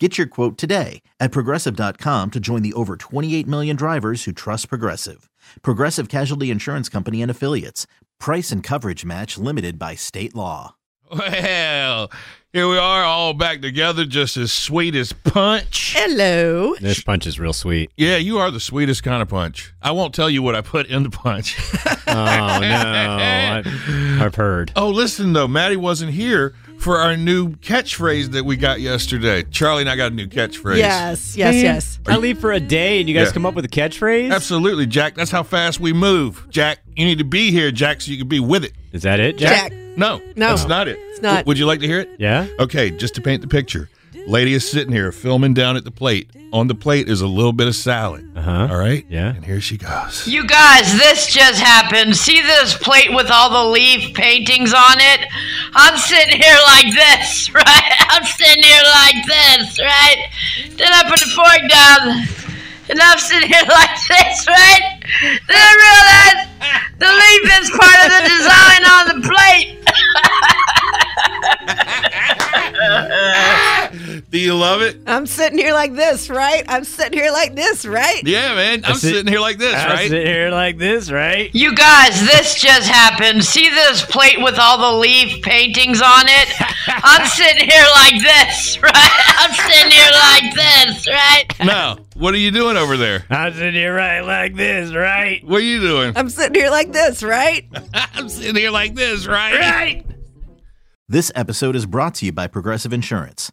Get your quote today at progressive.com to join the over 28 million drivers who trust Progressive. Progressive Casualty Insurance Company and Affiliates. Price and coverage match limited by state law. Well, here we are all back together, just as sweet as punch. Hello. This punch is real sweet. Yeah, you are the sweetest kind of punch. I won't tell you what I put in the punch. Oh no, I, have heard. oh, listen though, Maddie wasn't here for our new catchphrase that we got yesterday. Charlie and I got a new catchphrase. Yes, yes, yes. I leave for a day, and you guys Yeah. come up with a catchphrase. Absolutely, Jack. That's how fast we move. Jack, you need to be here, Jack, so you can be with it. Is that it, Jack? Jack. No, No. that's not it. It's not. W- would you like to hear it? Yeah. Okay, just to paint the picture. Lady is sitting here filming down at the plate. On the plate is a little bit of salad. Uh-huh. All right? Yeah. And here she goes. You guys, this just happened. See this plate with all the leaf paintings on it? I'm sitting here like this, right? I'm sitting here like this, right? Then I put the fork down, and I'm sitting here like this, right? Then I realize the leaf is part of the design on the plate. Do you love it? I'm sitting here like this, right? I'm sitting here like this, right? Yeah, man. I'm That's it. sitting here like this, I right? sit here like this, right? You guys, this just happened. See this plate with all the leaf paintings on it? I'm sitting here like this, right? I'm sitting here like this, right? Now, what are you doing over there? I sit here right like this, right? What are you doing? I'm sitting here like this, right? I'm sitting here like this, right? Right. This episode is brought to you by Progressive Insurance.